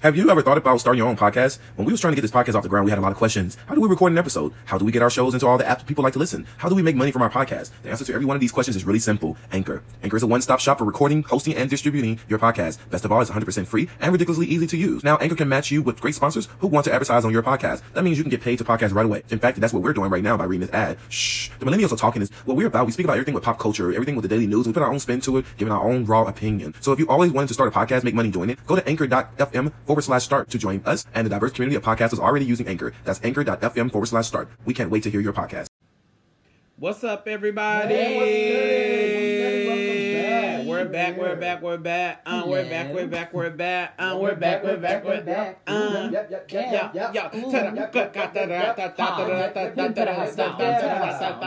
Have you ever thought about starting your own podcast? When we was trying to get this podcast off the ground, we had a lot of questions. How do we record an episode? How do we get our shows into all the apps people like to listen? How do we make money from our podcast? The answer to every one of these questions is really simple. Anchor. Anchor is a one-stop shop for recording, hosting, and distributing your podcast. Best of all, it's 100% free and ridiculously easy to use. Now, Anchor can match you with great sponsors who want to advertise on your podcast. That means you can get paid to podcast right away. In fact, that's what we're doing right now by reading this ad. Shh. The millennials are talking is what we're about. We speak about everything with pop culture, everything with the daily news. We put our own spin to it, giving our own raw opinion. So if you always wanted to start a podcast, make money doing it, go to anchor.fm forward slash start to join us and the diverse community of podcasters already using Anchor. That's anchor.fm forward slash start. We can't wait to hear your podcast. What's up, everybody? Hey, what's good? Welcome back. We're back, we're back, we're back, uh, we're back, we're back, we're back, uh, we're back, we're back, we're back, uh, Yep, yep, yeah, yep, yeah. yep, Ta-da, yep. Ooh, yep, ka- yep, ka- yep, ta-da, yep, ta- yep. ta- ta-da, ta- ta- ta- ta- ta- ta- ta-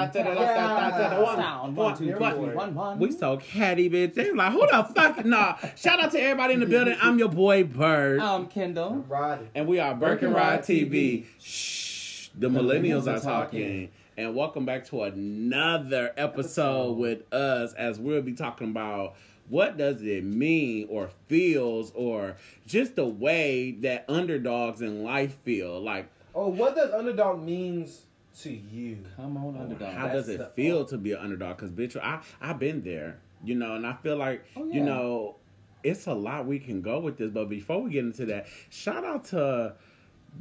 ta- ta- ta- ta- one, Sound, one, one, two, one, three, one, one, one. We so catty, bitch. They like, who the fuck? Nah. Shout out to everybody in the building. I'm your boy Bird, Um, Kendall. Rod. and we are Burke and Rod TV. Shh, the millennials are are talking. talking. And welcome back to another episode with us as we'll be talking about what does it mean or feels or just the way that underdogs in life feel. Like Oh, what does underdog means to you? Come on, underdog. how does That's the- it feel to be an underdog? Because bitch, I I've been there, you know, and I feel like Oh, you yeah. know it's a lot we can go with this. But before we get into that, shout out to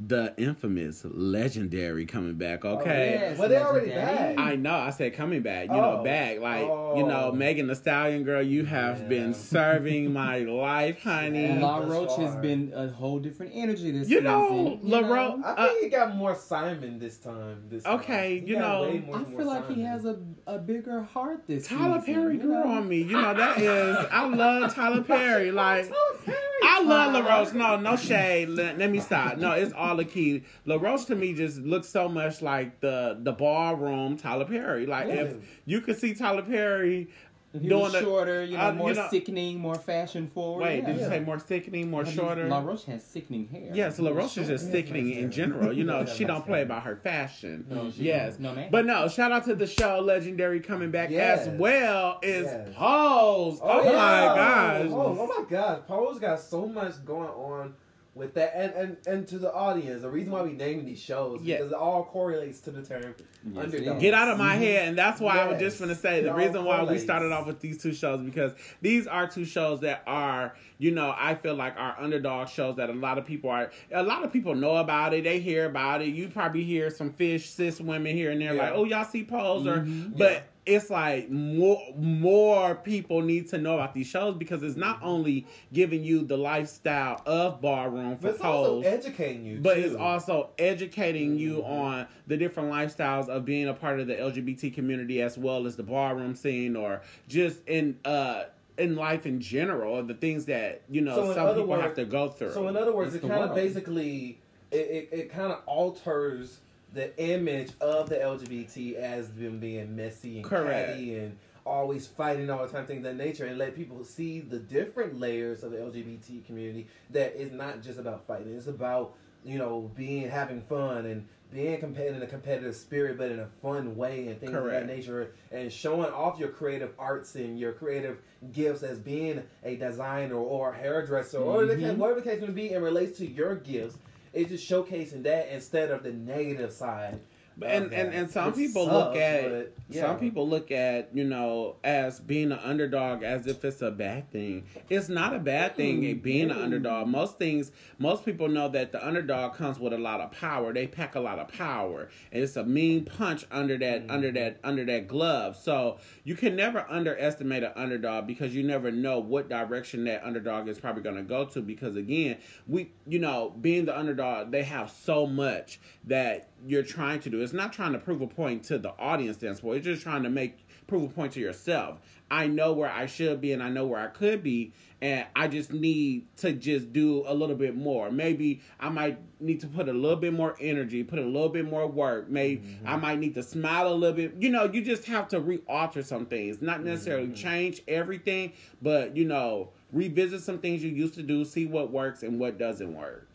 the infamous legendary coming back. Oh, Okay. yes. Well, they already Legendary. back. I know. I said coming back, you know, Oh. back like you know, Oh. Megan the Stallion girl. You have Yeah. been serving my life, honey. Yeah. La Thus Roach has far. been a whole different energy this You season. know, you La know? Roach- I think he got more Simon this time. This Okay, time. you know, I feel like he has a, a bigger heart this Tyler season. Perry you grew know? on me. You know that is. I love Tyler Perry. Like Tyler Perry. I love LaRoche. No, no shade. Let, let me stop. No, it's all the key. LaRoche to me just looks so much like the the ballroom Tyler Perry. Like if Yeah. you could see Tyler Perry If he doing was the- shorter, you know, I- you more know- sickening, more fashion forward. wait, yeah. did you Yeah. say more sickening, more I mean, shorter? La Roche has sickening hair. Yes, LaRoche is just Yeah, sickening nice in hair. general. You know, Yeah, she don't nice play hair. about her fashion. No, she yes. don't. No, ma'am. But no, shout out to the show Legendary coming back Yes. as well is Yes. Pose. Oh, yeah. my gosh. Oh, oh my gosh! Paul's got so much going on with that, and and and to the audience, the reason why we named these shows Yeah. because it all correlates to the term Yes, it underdog. is. Get out of my head, and that's why I was mm-hmm. Yes. just gonna say It the all reason why we correlates. started off with these two shows because these are two shows that are, you know, I feel like are underdog shows that a lot of people are. A lot of people know about it, they hear about it. You probably hear some fish cis women here and there, Yeah. Mm-hmm. like, oh y'all see Pose, or Mhm. but Yeah. it's like more more people need to know about these shows because it's not only giving you the lifestyle of barroom for But it's also Pose. educating you. But too. Mm-hmm. it's also educating you on the different lifestyles of being a part of the LGBT community as well as the ballroom scene or just in uh in life in general and the things that you know So in some other people words- have to go through. So in other words, It's it the kind of world. basically it, it, it kind of alters the image of the LGBT as them being messy and Correct. catty and always fighting all the time, things of that nature, and let people see the different layers of the LGBT community that is not just about fighting. It's about you know being having fun and being competitive in a competitive spirit, but in a fun way and things Correct. of that nature, and showing off your creative arts and your creative gifts as being a designer or a hairdresser or the Mm-hmm. case, whatever the case may be, and relates to your gifts. It's just showcasing that instead of the negative side. But- and, of and that, and some which people sucks, look at but, yeah. some people look at you know as being an underdog as if it's a bad thing. It's not a Hmm, bad thing eh, being an underdog. Most things, most people know that the underdog comes with a lot of power. They pack a lot of power, and it's a mean punch under Hmm. that under that under that glove. So you can never underestimate an underdog because you never know what direction that underdog is probably going to go to. Because again, we you know being the underdog, they have so much that you're trying to do. It's not trying to prove a point to the audience standpoint. It's just trying to make prove a point to yourself. I know where I should be and I know where I could be and I just need to just do a little bit more. Maybe I might need to put a little bit more energy, put a little bit more work. Maybe I might need to smile a little bit. You know, you just have to re-alter some things. Not necessarily change everything, but you know, revisit some things you used to do, see what works and what doesn't work.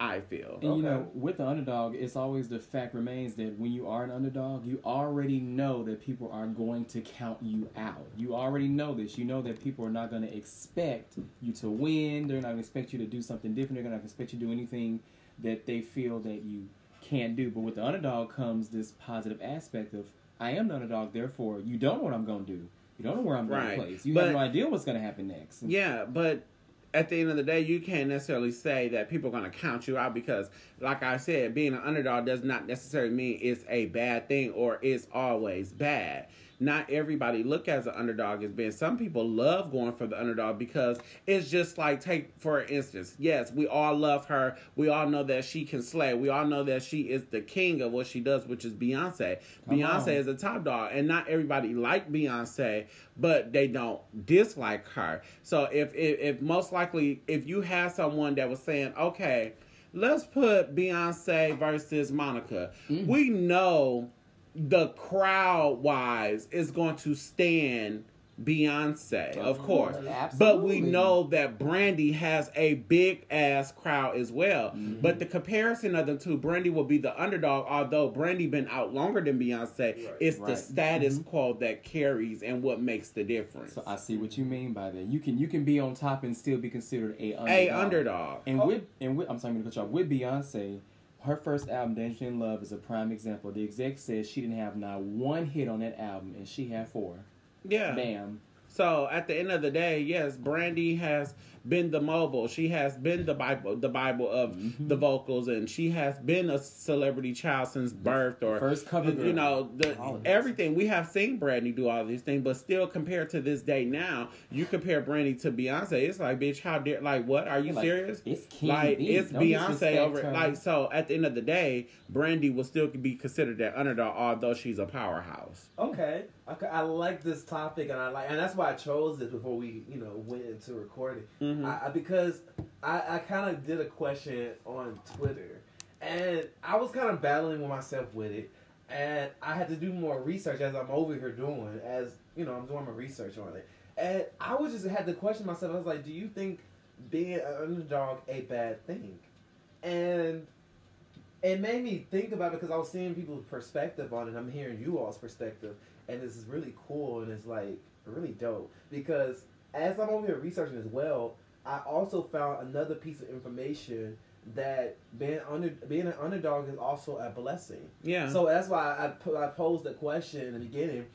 I feel. And you Okay. know, with the underdog, it's always the fact remains that when you are an underdog, you already know that people are going to count you out. You already know this. You know that people are not going to expect you to win. They're not going to expect you to do something different. They're not going to expect you to do anything that they feel that you can't do. But with the underdog comes this positive aspect of I am the underdog, therefore you don't know what I'm going to do. You don't know where I'm Right. going to place. You But- have no idea what's going to happen next. Yeah, but at the end of the day, you can't necessarily say that people are going to count you out because, like I said, being an underdog does not necessarily mean it's a bad thing or it's always bad. Not everybody look as an underdog as being. Some people love going for the underdog because it's just like take for instance. Yes, we all love her. We all know that she can slay. We all know that she is the king of what she does, which is Beyonce. Beyonce is on. is a top dog, and not everybody like Beyonce, but they don't dislike her. So if if, if most likely if you had someone that was saying, okay, let's put Beyonce versus Monica, we know the crowd wise is going to stand Beyonce, of, course. course. But we Absolutely. know know that Brandy has a big ass crowd as well. Mm-hmm. But the comparison of the two, Brandy will be the underdog, although Brandy been out longer than Beyonce. It's the Right. Mm-hmm. status quo that carries and what makes the difference. So I see what you mean by that. You can you can be on top and still be considered a underdog. a underdog. Oh. And with and with I'm sorry, I'm gonna cut you off. With Beyonce, her first album, Dancing in Love, is a prime example. The exec says she didn't have not one hit on that album, and she had four. yeah. Bam. So at the end of the day, yes, Brandy has been the mobile. She has been the Bible, the Bible of Mm-hmm. the vocals, and she has been a celebrity child since birth. Or first cover you girl. know, the, All of this. everything we have seen Brandy do all these things, but still compared to this day now, you compare Brandy to Beyonce, it's like, bitch, how dare? Like, what? Are you Like, serious? it's King like B. it's Don't Beyonce disrespect over. her. Like, so at the end of the day, Brandy will still be considered that underdog, although she's a powerhouse. Okay. okay. I like this topic, and I like, and that's why I chose this before we, you know, went into recording. I, I, because I, I kind of did a question on Twitter, and I was kind of battling with myself with it, and I had to do more research as I'm over here doing, as you know, I'm doing my research on it, and I was just had to question myself. I was like, do you think being an underdog a bad thing? And it made me think about it because I was seeing people's perspective on it. I'm hearing you all's perspective, and this is really cool and it's like really dope because as I'm over here researching as well, I also found another piece of information that being under being an underdog is also a blessing. Yeah. So that's why I po- I posed the question in the beginning.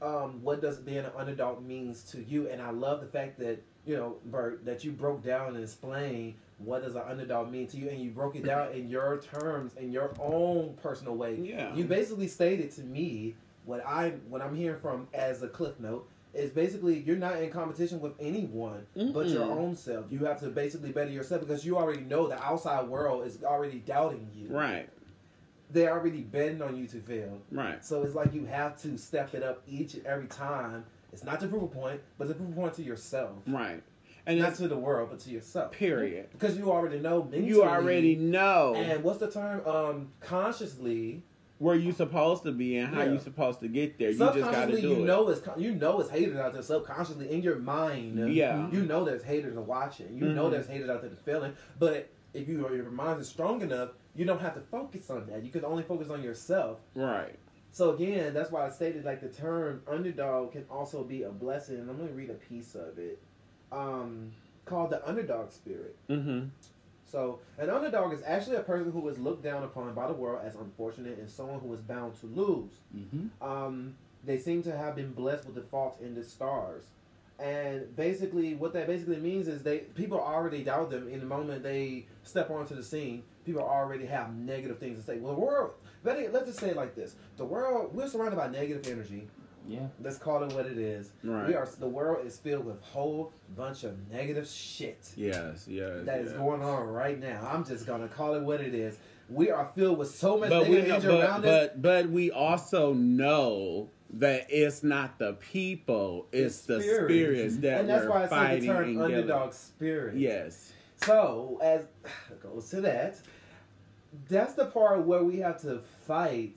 Um, what does being an underdog means to you? And I love the fact that you know, Bert, that you broke down and explained what does an underdog mean to you, and you broke it down in your terms, in your own personal way. Yeah. You basically stated to me what I what I'm hearing from as a cliff note is basically you're not in competition with anyone but your own self. You have to basically better yourself because you already know the outside world is already doubting you Right. they already bend on you to fail. Right. So it's like you have to step it up each and every time. It's not to prove a point, but to prove a point to yourself. Right. And Not that's to the world, but to yourself. period. Because you already know mentally. You already know And what's the term? Um, consciously. where you supposed to be and how Yeah. you supposed to get there. You just got to Subconsciously, do you it. know it's con- you know it's haters out there. Subconsciously, in your mind, Yeah. Mm-hmm. you know there's haters are watching. You know there's haters out there feeling. But if you your mind is strong enough, you don't have to focus on that. You can only focus on yourself. Right. So again, that's why I stated like the term underdog can also be a blessing. And I'm going to read a piece of it um, called the underdog spirit. Mm-hmm. So an underdog is actually a person who is looked down upon by the world as unfortunate and someone who is bound to lose. Mm-hmm. Um, they seem to have been blessed with the fault in the stars. And basically, what that basically means is they people already doubt them in the moment they step onto the scene. People already have negative things to say. Well, the world, let it, let's just say it like this: the world we're surrounded by negative energy. Yeah. Let's call it what it is. Right. We are the world is filled with whole bunch of negative shit Yes. Yes. that is yes. going on right now. I'm just gonna call it what it is. We are filled with so much But we negative know, energy but, around us. but but we also know that it's not the people, it's the spirit. spirits that and that's we're why I said fighting the term and underdog spirit. dealing- Yes. So as goes to that, that's the part where we have to fight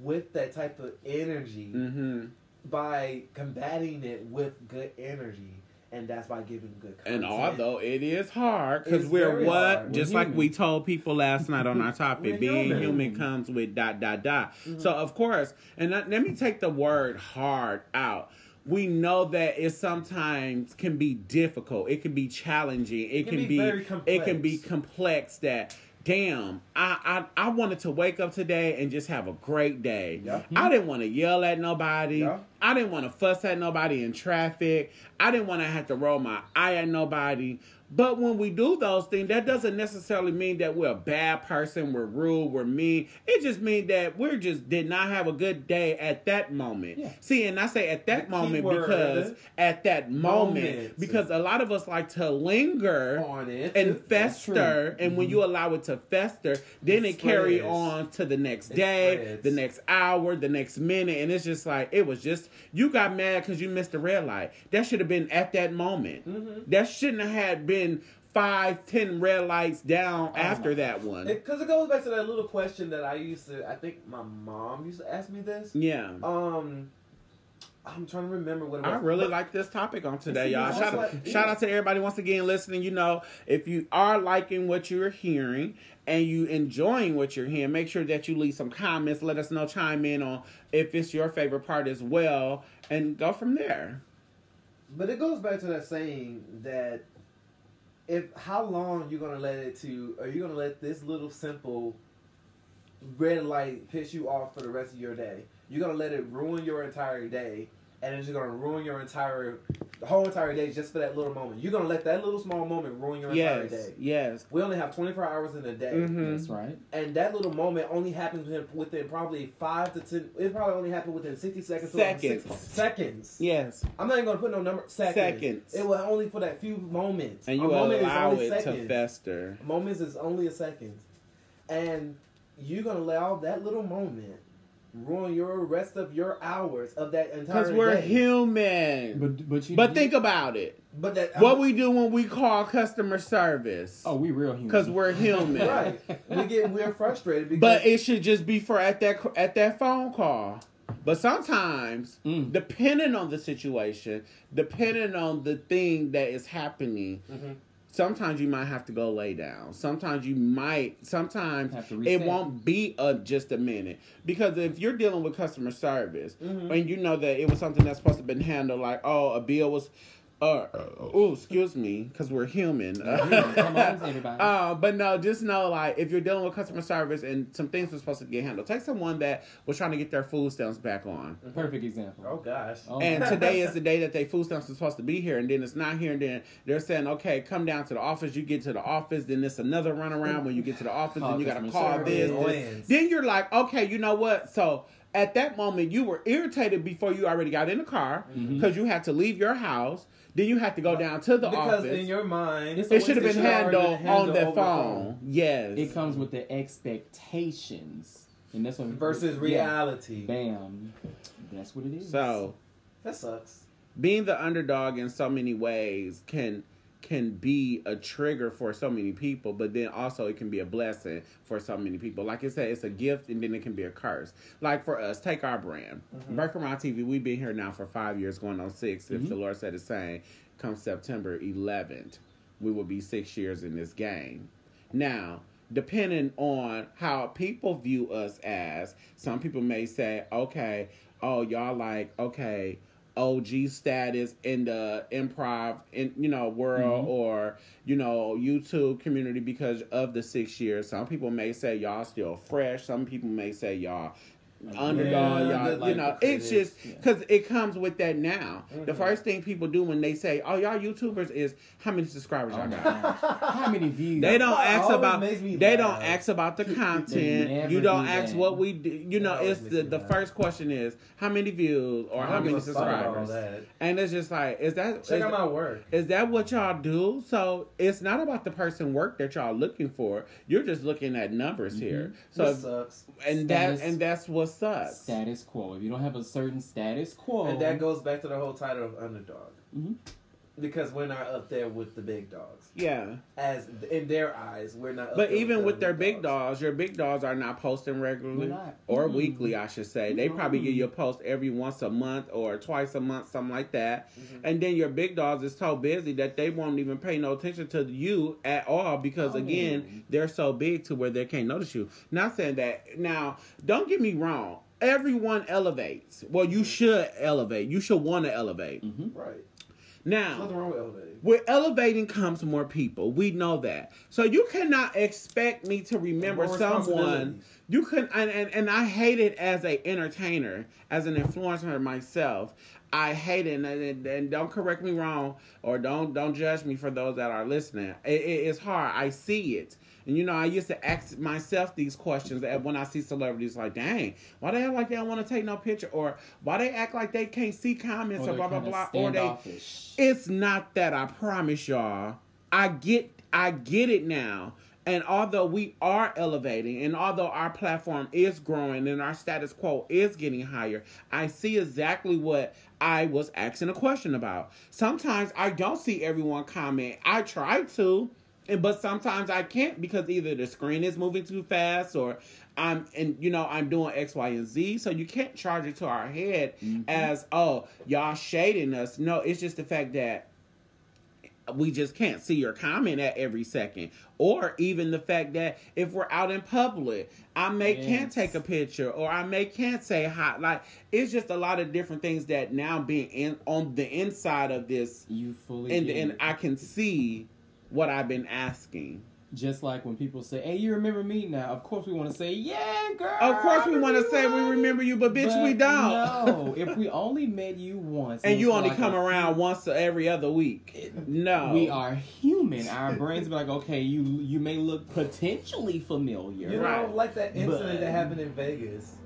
with that type of energy Mm-hmm. by combating it with good energy. and that's by giving good. And Content. although it is hard, because It's we're very what? hard. We're Just like human. we told people last night on our topic, We're being human. human. Mm-hmm. comes with dot, dot, dot. So, of course, and let, let me take the word hard out. We know that it sometimes can be difficult. It can be challenging. It, can, can be be, very it can be complex. complex that damn I, I i wanted to wake up today and just have a great day Yeah. i didn't want to yell at nobody Yeah. I didn't want to fuss at nobody in traffic. I didn't want to have to roll my eye at nobody. But when we do those things, that doesn't necessarily mean that we're a bad person, we're rude, we're mean. It just means that we're just did not have a good day at that moment. Yeah. See, and I say at that The moment keyword because is at that moment, moment. because a lot of us like to linger on it and That's fester, true. and when you allow it to fester, then it, It carry Mm-hmm. spreads. on to the next It day, spreads. the next hour, the next minute, and it's just like it was just you got mad because you missed the red light. That should have been at that moment. Mm-hmm. That shouldn't have had been five, ten red lights down after that one. because Oh, it, goes back to that little question that I used to. I think my mom used to ask me this. yeah. Um, I'm trying to remember what it was. I really But- like this topic on today, See, y'all. that's Shout what out, it shout is. out to everybody once again listening. You know, if you are liking what you're hearing and you enjoying what you're hearing, make sure that you leave some comments. Let us know, chime in on if it's your favorite part as well, and go from there. But it goes back to that saying that if how long you gonna let it to are you gonna let this little simple red light piss you off for the rest of your day? You're gonna let it ruin your entire day and it's just gonna ruin your entire the whole entire day just for that little moment. You're gonna let that little small moment ruin your entire Yes, day. yes. We only have 24 hours in a day, Mhm. That's right. and that little moment only happens within, within probably five to ten. It probably only happened within 60 seconds. to Seconds. 60 seconds. Yes, I'm not even gonna put no number seconds. Seconds. It was only for that few moments. and a you moment allow is only it to seconds. fester. Moments is only a second, and you're gonna allow that little moment ruin your rest of your hours of that entire. Because we're day. human. But, But but you. think about it. But that What we do when we call customer service. Oh, we real human. Because we're human. right? We get we're frustrated because But it should just be for at that at that phone call. But sometimes, Mm. depending on the situation, depending on the thing that is happening, Mm-hmm. Mhm. sometimes you might have to go lay down. Sometimes you might. Sometimes Have to it reset. won't be a, just a minute because if you're dealing with customer service Mm-hmm. and you know that it was something that's supposed to been handled, like oh a bill was. Uh, oh, excuse me, because we're human. Yeah, Come on, everybody. Uh, but no, just know like if you're dealing with customer service and some things were supposed to get handled, take someone that was trying to get their food stamps back on. Perfect example. oh gosh, Oh, And my today is the day that they food stamps are supposed to be here, and then it's not here, and then they're saying, "Okay, come down to the office." You get to the office, then it's another runaround when you get to the office, Call and you got to customer call service. this, this. Annoyance. Then you're like, "Okay, you know what?" So at that moment, you were irritated before you already got in the car Mm-hmm. because you had to leave your house. Then you had to go down to the because office. in your mind It's a- it should have It been should already handled been on handled the over the phone. phone. Yes. It comes with the expectations, and that's what versus yeah. reality. Bam, that's what it is. So That sucks. being the underdog in so many ways can can be a trigger for so many people, but then also it can be a blessing for so many people. Like I said, it's a gift and then it can be a curse. Like for us, take our brand. Break Around TV, we've been here now for five years, going on 6 If the Lord said the same, come September 11th, we will be six years in this game. Now, depending on how people view us as, some people may say, okay, oh, y'all like, okay, OG status in the improv in you know Mm-hmm. world or you know YouTube community because of the six years. Some people may say y'all still fresh. Some people may say y'all underdog. Yeah, y'all, like you know, the Mm-hmm. it's just critics, because it comes with that now. The first thing people do when they say, "Oh, y'all YouTubers," is how many subscribers Oh, y'all got. how many views? They don't That ask always about. makes me They laugh. don't ask about the content. never You don't do ask that. what we do. You know, That always it's makes the me the laugh. first question is how many views or I how don't many give a fuck about all subscribers. that. And it's just like, is that Check is- out my work. is that what y'all do? So it's not about the person work that y'all looking for. You're just looking at numbers Mm-hmm. here. So That sucks. and that Status- and that's what sucks. Oh. Status quo. If you don't have a certain status quo, And that goes back to the whole title of underdog. Mhm. because we're not up there with the big dogs. Yeah. As in their eyes, we're not. Up But there even with the their big dogs, your big dogs are not posting regularly We're not. or Mm-mm. weekly, I should say. They probably Mm-mm. give you a post every once a month or twice a month, something like that. And then your big dogs is so busy that they won't even pay no attention to you at all because Oh. again, they're so big to where they can't notice you. Not saying that. Now, don't get me wrong. Everyone elevates. Well, Mm-hmm. you should elevate. You should want to elevate. Right. There's Now, nothing wrong with elevating. with elevating comes more people. We know that. So you cannot expect me to remember More someone. responsibilities. You can and, and and I hate it as a entertainer, as an influencer myself. I hate it, and, and, and don't correct me wrong, or don't don't judge me for those that are listening. It, it- it's hard. I see it, and you know I used to ask myself these questions at- when I see celebrities like, "Dang, why they act like they don't want to take no picture, or why they act like they can't see comments, Or or, they're blah blah kinda blah, or they." standoffish. It's not that I promise y'all. I get I get it now. And although we are elevating and although our platform is growing and our status quo is getting higher, I see exactly what I was asking a question about. Sometimes I don't see everyone comment. I try to, and but sometimes I can't because either the screen is moving too fast or I'm and you know I'm doing X, Y, and Z. So you can't charge it to our head as oh y'all shading us. No, it's just the fact that we just can't see your comment at every second or even the fact that if we're out in public i may can't Yes. take a picture or i may can't say hi like it's just a lot of different things that now being in on the inside of this You fully and get and it. I can see what I've been asking. Just like when people say, "Hey, you remember me now?" Of course, we want to say, "Yeah, girl." Of course, I we want to remember say you, we honey." remember you, but bitch, But we don't. No, if we only met you once, and it's you only like come a- around once every other week. No, We are human. Our brains be like, okay, you you may look potentially familiar. You Right. know, like that incident But- that happened in Vegas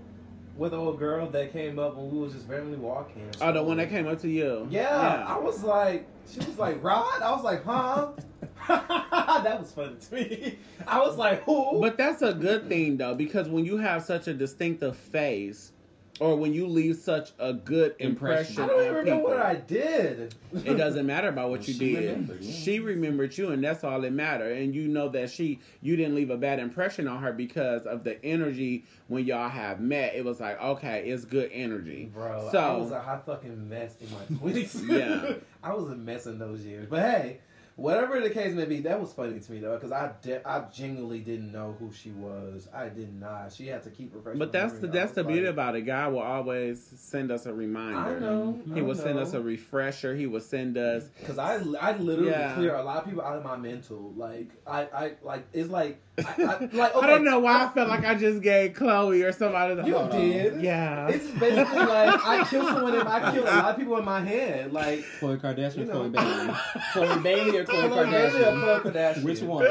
with the old girl that came up when we was just randomly walking. Oh, the one that came up to you. Yeah, I was like, she was like, Rod? I was like, huh? that was funny to me. I was like, who? But that's a good thing though, because when you have such a distinctive face, or when you leave such a good impression, Impression. I don't on even know people, what I did. It doesn't matter about what you She did. remembered, yeah. She remembered you, and that's all that matter. And you know that she, you didn't leave a bad impression on her because of the energy when y'all have met. It was like, okay, it's good energy, Bro, So I was a hot fucking mess in my twenties. Yeah. I was a mess in those years. But hey, whatever the case may be, that was funny to me though, because I de- I genuinely didn't know who she was. I did not. She had to keep refreshing. but my that's the memory. I that's the was beauty like, about it. God will always send us a I reminder. know. He will send us a refresher. He will send us. because I, I literally Yeah. clear a lot of people out of my mental. Like I, I like it's like I, I, like I okay, don't know why I felt like I just gave Chloe or somebody. the- You Hold on. did. Yeah. It's basically like I kill someone. In, I kill a lot of people in my head. Like Khloe Kardashian, You or know. Khloe Bailey, Khloe Bailey or Khloe Khloe Bailey or Khloe Kardashian. Kardashian? Which one? I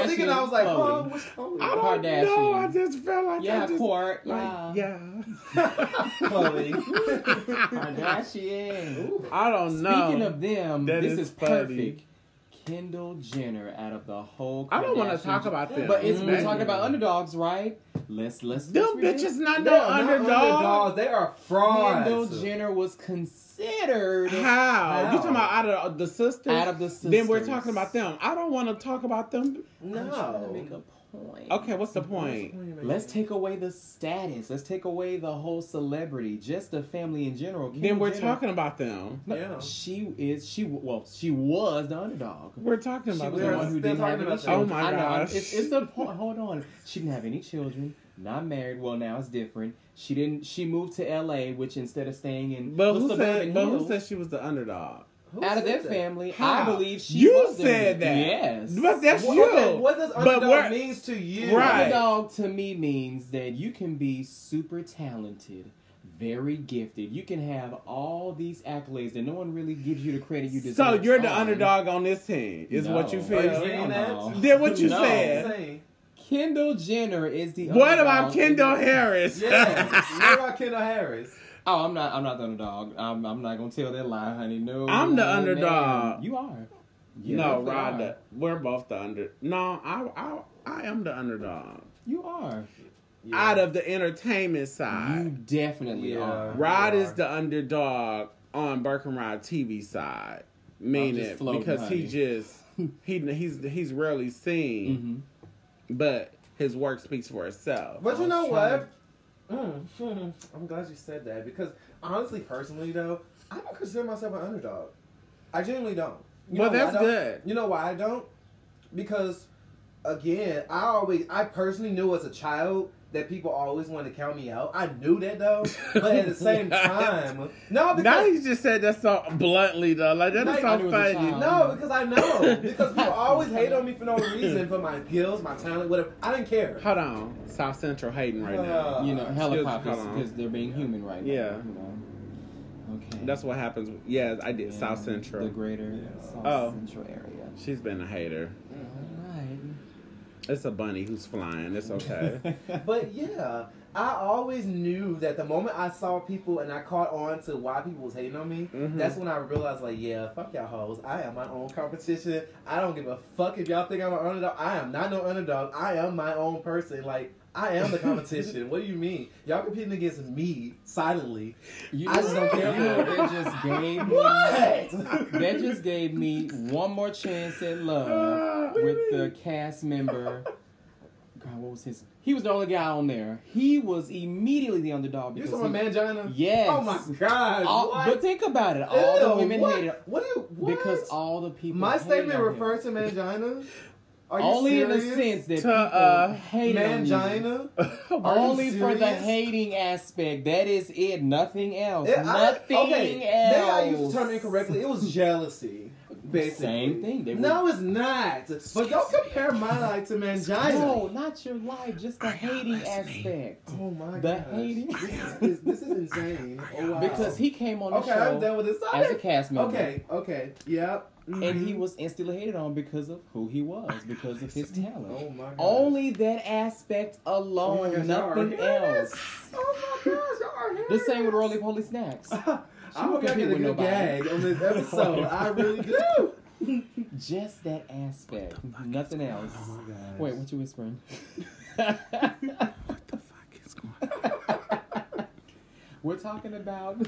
was Kardashian, thinking, I was like, Khloe. huh, what's Chloe? I don't know. I Kardashian. just felt like I Yeah, just, Court. Yeah, like, yeah. Chloe. Kardashian. I don't know. Speaking of them, That this is Oh, is, funny. perfect. Kendall Jenner out of the whole. I don't want to Kardashian- talk about them. But it's, we're Mm. talking about underdogs, right? Let's let's. Them let's bitches not They no are not underdog. They are frauds. Kendall Jenner was considered How? How? You talking about out of the sisters? out of the sisters. Then we're talking about them. I don't want to talk about them. I'm trying to make No. a point. Okay, what's the point? Let's take away the status. Let's take away the whole celebrity, just the family in general. Then Kendall we're Jenner- talking about them. No, Yeah. She is. She well. She was the underdog. We're talking She about was We're the one them. who still didn't talking have any about that. children. Oh my I know, gosh. It's, it's the point. Hold on. She didn't have any children. Not married. Well, now it's different. She didn't. She moved to L.A., which instead of staying in But the who suburban said? But who hills, said she was the underdog? Who out of said their that? family, I How? believe she. You was the- said that. Yes. But that's What, you. okay, what does But we're- underdog means to you? Right. Underdog to me means that you can be super talented, very gifted. You can have all these accolades that no one really gives you the credit you deserve. So you're the on. underdog on this team, is what Oh, you No. Are you feel. saying Hell that? no. Then what you No. said? Insane. Kendall Jenner is the. What underdog. about Kendall Harris? Yeah. what about Kendall Harris? Oh, I'm not. I'm not the underdog. I'm. I'm not gonna tell that lie, honey. No, I'm the ma'am. underdog. You are. You no, definitely are. Rhonda, we're both the under. No, I, I, I am the underdog You are. out of the entertainment You side. definitely Yeah. are. Rod You is are. the underdog on Burke and Rod TV side. Mean just it floating, because honey. he just he he's he's rarely seen, Mm-hmm. but his work speaks for itself. But you I'm know trying what? Mm, mm, I'm glad you said that because honestly, personally though, I don't consider myself an underdog. I genuinely don't. Well, know why I that's don't? good. You know why I don't? Because again, I always, I personally knew as a child that people always wanted to count me out. I knew that though, but at the same What? time, no, because Now you just said that so bluntly though, like that is Like, I so knew as a funny. child. No, because I know. Because people always hate on me for no reason, for my skills, my talent, whatever. I didn't care. Hold on, South Central hating right now. Uh, you know, excuse- helicopters hold on. because they're being human right Yeah. now. You know? Okay. That's what happens. Yes, I did And South Central. The greater Yeah. South Oh. Central area. She's been a hater. All It's a bunny who's flying. It's okay. right. But yeah, I always knew that the moment I saw people and I caught on to why people was hating on me, Mm-hmm. Mhm. that's when I realized, like, yeah, fuck y'all hoes. I am my own competition. I don't give a fuck if y'all think I'm an underdog. I am not no underdog. I am my own person. Like, I am the competition. what do you mean? Y'all competing against me silently. you I just don't care. You know what that just gave me? What? That just gave me one more chance at Ah, love what do with you the cast member. God, what was his? He was the only guy on there. He was immediately the underdog. You Because saw my he- mangina? Yes. Oh my god. all- what? but think about it. All the Ew, women what? hated What do you? What? because all the people. my hated statement on him. refers to mangina. Are you only in the serious? sense that To, people uh, hate on you. mangina. Are you Only for the serious? hating aspect. That is it. Nothing else. It- I- Nothing okay, else. Now I use the term incorrectly. It was jealousy. Basically. Same thing. They No, it's not. But don't compare my life to mangina. No, not your life, just the hating aspect. Oh my god. The hating. This, this is insane. Oh, wow. Because he came on the Okay, I'm done show with this. as a cast member. okay, okay. Yep. Mm-hmm. And he was instantly hated on because of who he was, because of his Oh talent. my god. Only that aspect alone, Oh my gosh, y'all are nothing hilarious. else. Oh my gosh, y'all are The hilarious. same with Roly Poly Snacks. I hope y'all compete get a with good nobody. gag on this episode. I really do. Just that aspect, nothing else. gosh. Wait, what you whispering? what the fuck is going on? We're talking about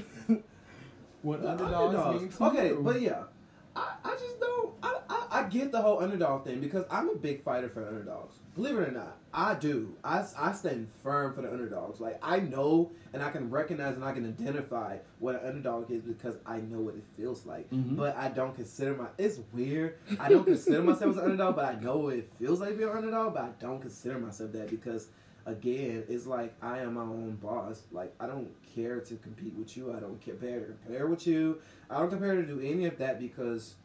what The underdogs, underdogs. mean to Okay, you. but yeah, I, I just don't. I, I I get the whole underdog thing because I'm a big fighter for underdogs. Believe it or not, I do. I I stand firm for the underdogs. Like I know and I can recognize and I can identify what an underdog is because I know what it feels like. Mhm. But I don't consider my. It's weird. I don't consider myself as an underdog, but I know what it feels like to be an underdog. But I don't consider myself that because again, it's like I am my own boss. Like I don't care to compete with you. I don't compare to compare with you. I don't compare to do any of that because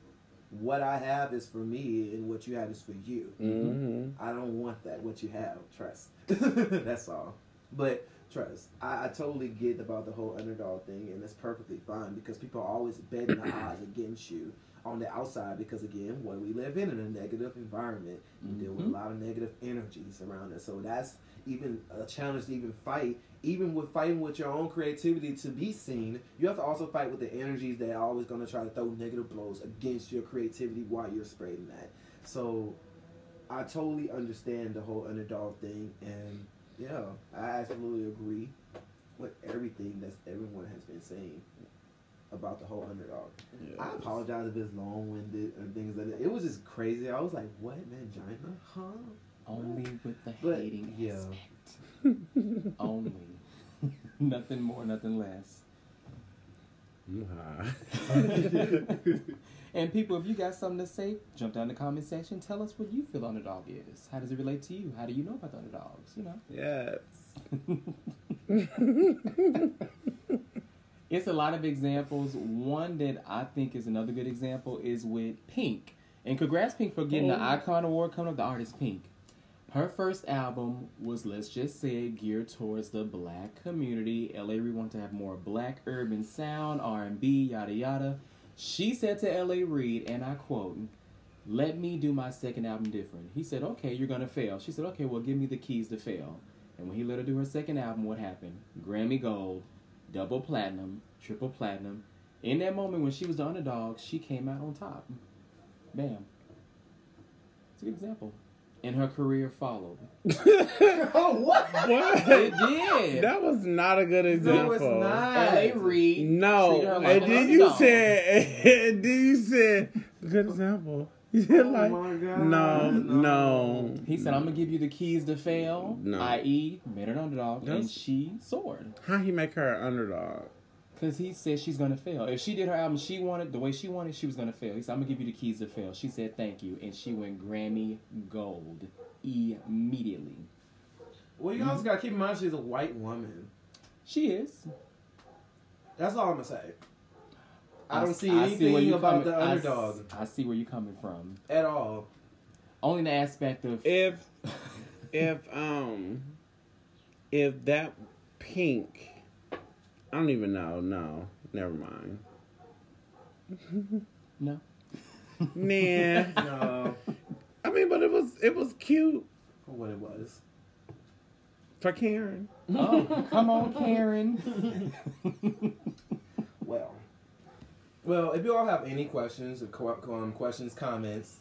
what I have is for me and what you have is for you. Mm-hmm. I don't want that. What you have, trust. That's all. But trust, I, I totally get about the whole underdog thing, and it's perfectly fine because people are always betting the odds against you on the outside because again, what we live in in a negative environment, you deal with a Mhm. lot of negative energies around us. So that's even a challenge to even fight. Even with fighting with your own creativity to be seen, you have to also fight with the energies that are always going to try to throw negative blows against your creativity while you're spreading that. So I totally understand the whole underdog thing, and yeah, I absolutely agree with everything that everyone has been saying about the whole underdog. I apologize if it's long winded and things like that. It was just crazy. I was like, "What, mangina? Huh?" Only with the But, hating yeah. aspect. Only. nothing more, nothing less. and people, if you got something to say, jump down in the comment section. Tell us what you feel underdog is. How does it relate to you? How do you know about the underdogs? You yes. know. it's a lot of examples. One that I think is another good example is with Pink. And congrats Pink for getting the Oh. Icon Award coming up, the artist Pink. Her first album was, let's just say, geared towards the black community. LA, we want to have more black urban sound, R&B, yada yada. She said to LA Reid, and I quote, "Let me do my second album different." He said, "Okay, you're gonna fail." She said, "Okay, well, give me the keys to fail." And when he let her do her second album, what happened? Grammy Gold, double platinum, triple platinum. In that moment when she was the underdog, she came out on top. Bam. It's a good example. and her career followed. Oh, what? It What? did. that was not a good example. No, it's not. L.A. Reid. treated her No, like and an then you underdog. said, and then you said, good example. You said Oh like, my God, no, no. no. He said, "I'm gonna give you the keys to fail," No. i.e., made her an underdog, and That's- she soared How he make her an underdog? because he said she's gonna fail. If she did her album, she wanted the way she wanted, she was gonna fail. He said, "I'm gonna give you the keys to fail." She said, "Thank you," and she went Grammy gold immediately. Well, you also gotta keep in mind she's a white woman. She is. That's all I'm gonna say. I don't see I anything where you about coming- the I s- underdog I see where you're coming from. at all. Only in the aspect of If if um if that pink I don't even know, no. Never mind. no. Nah. No, I mean but it was it was cute Uh, for what it was. for Karen. Oh, come on, Karen. Well, well, if you all have any questions, or co- co- um, questions, comments,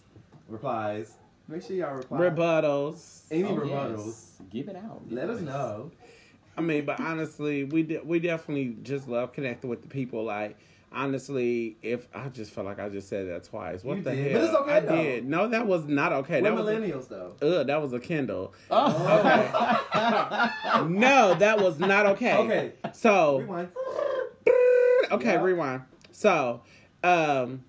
replies, make sure y'all reply. Rebuttals. any Oh, rebuttals, yes. Give it out. let us know. I mean, but honestly, we de- we definitely just love connecting with the people. Like, honestly, if I just felt like I just said that twice, what You the did, hell? but it's okay, I though. did. No, that was not okay. We're that was a- millennials though. Ugh, that was a Kindle. Oh. No, that was not okay. Okay. So Rewind. okay, Yeah. rewind. So, um,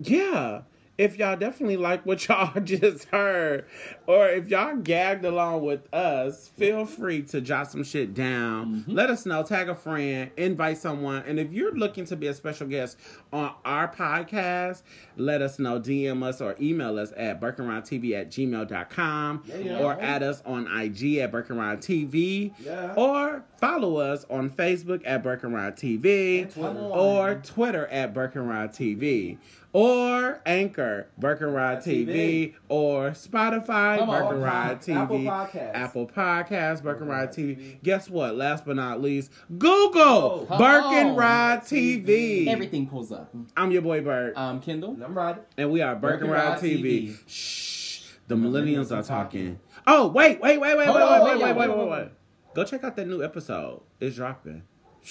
yeah, if y'all definitely like what y'all just heard, or if y'all gagged along with us, feel free to jot some shit down. Mm-hmm. Let us know, tag a friend, invite someone, and if you're looking to be a special guest on our podcast, let us know, DM us or email us at TV at gmail.com yeah. or at us on IG at Burkeround TV Yeah. or follow us on Facebook at Burke and Rod And TV Twitter. or Twitter at Burke and Rod TV or Anchor Burke and Rod TV or Spotify Come on, Burke and Rod Pod- Apple TV Podcasts. Apple Podcasts Burke and Rod Rod TV. TV. Guess what? Last but not least, Google Come Burke and on. Rod TV. Everything pulls up. I'm your boy Burke, Um, Kendall. I'm Rod. and we are Burke and Rod TV. TV. Shh, the millennials are talking. Oh wait, wait, wait, wait, wait, Hold on, wait, hold wait, on, wait, hold wait, on, wait. Go check out that new episode. It's dropping.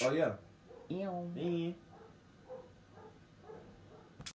Oh yeah. Ew. Mm.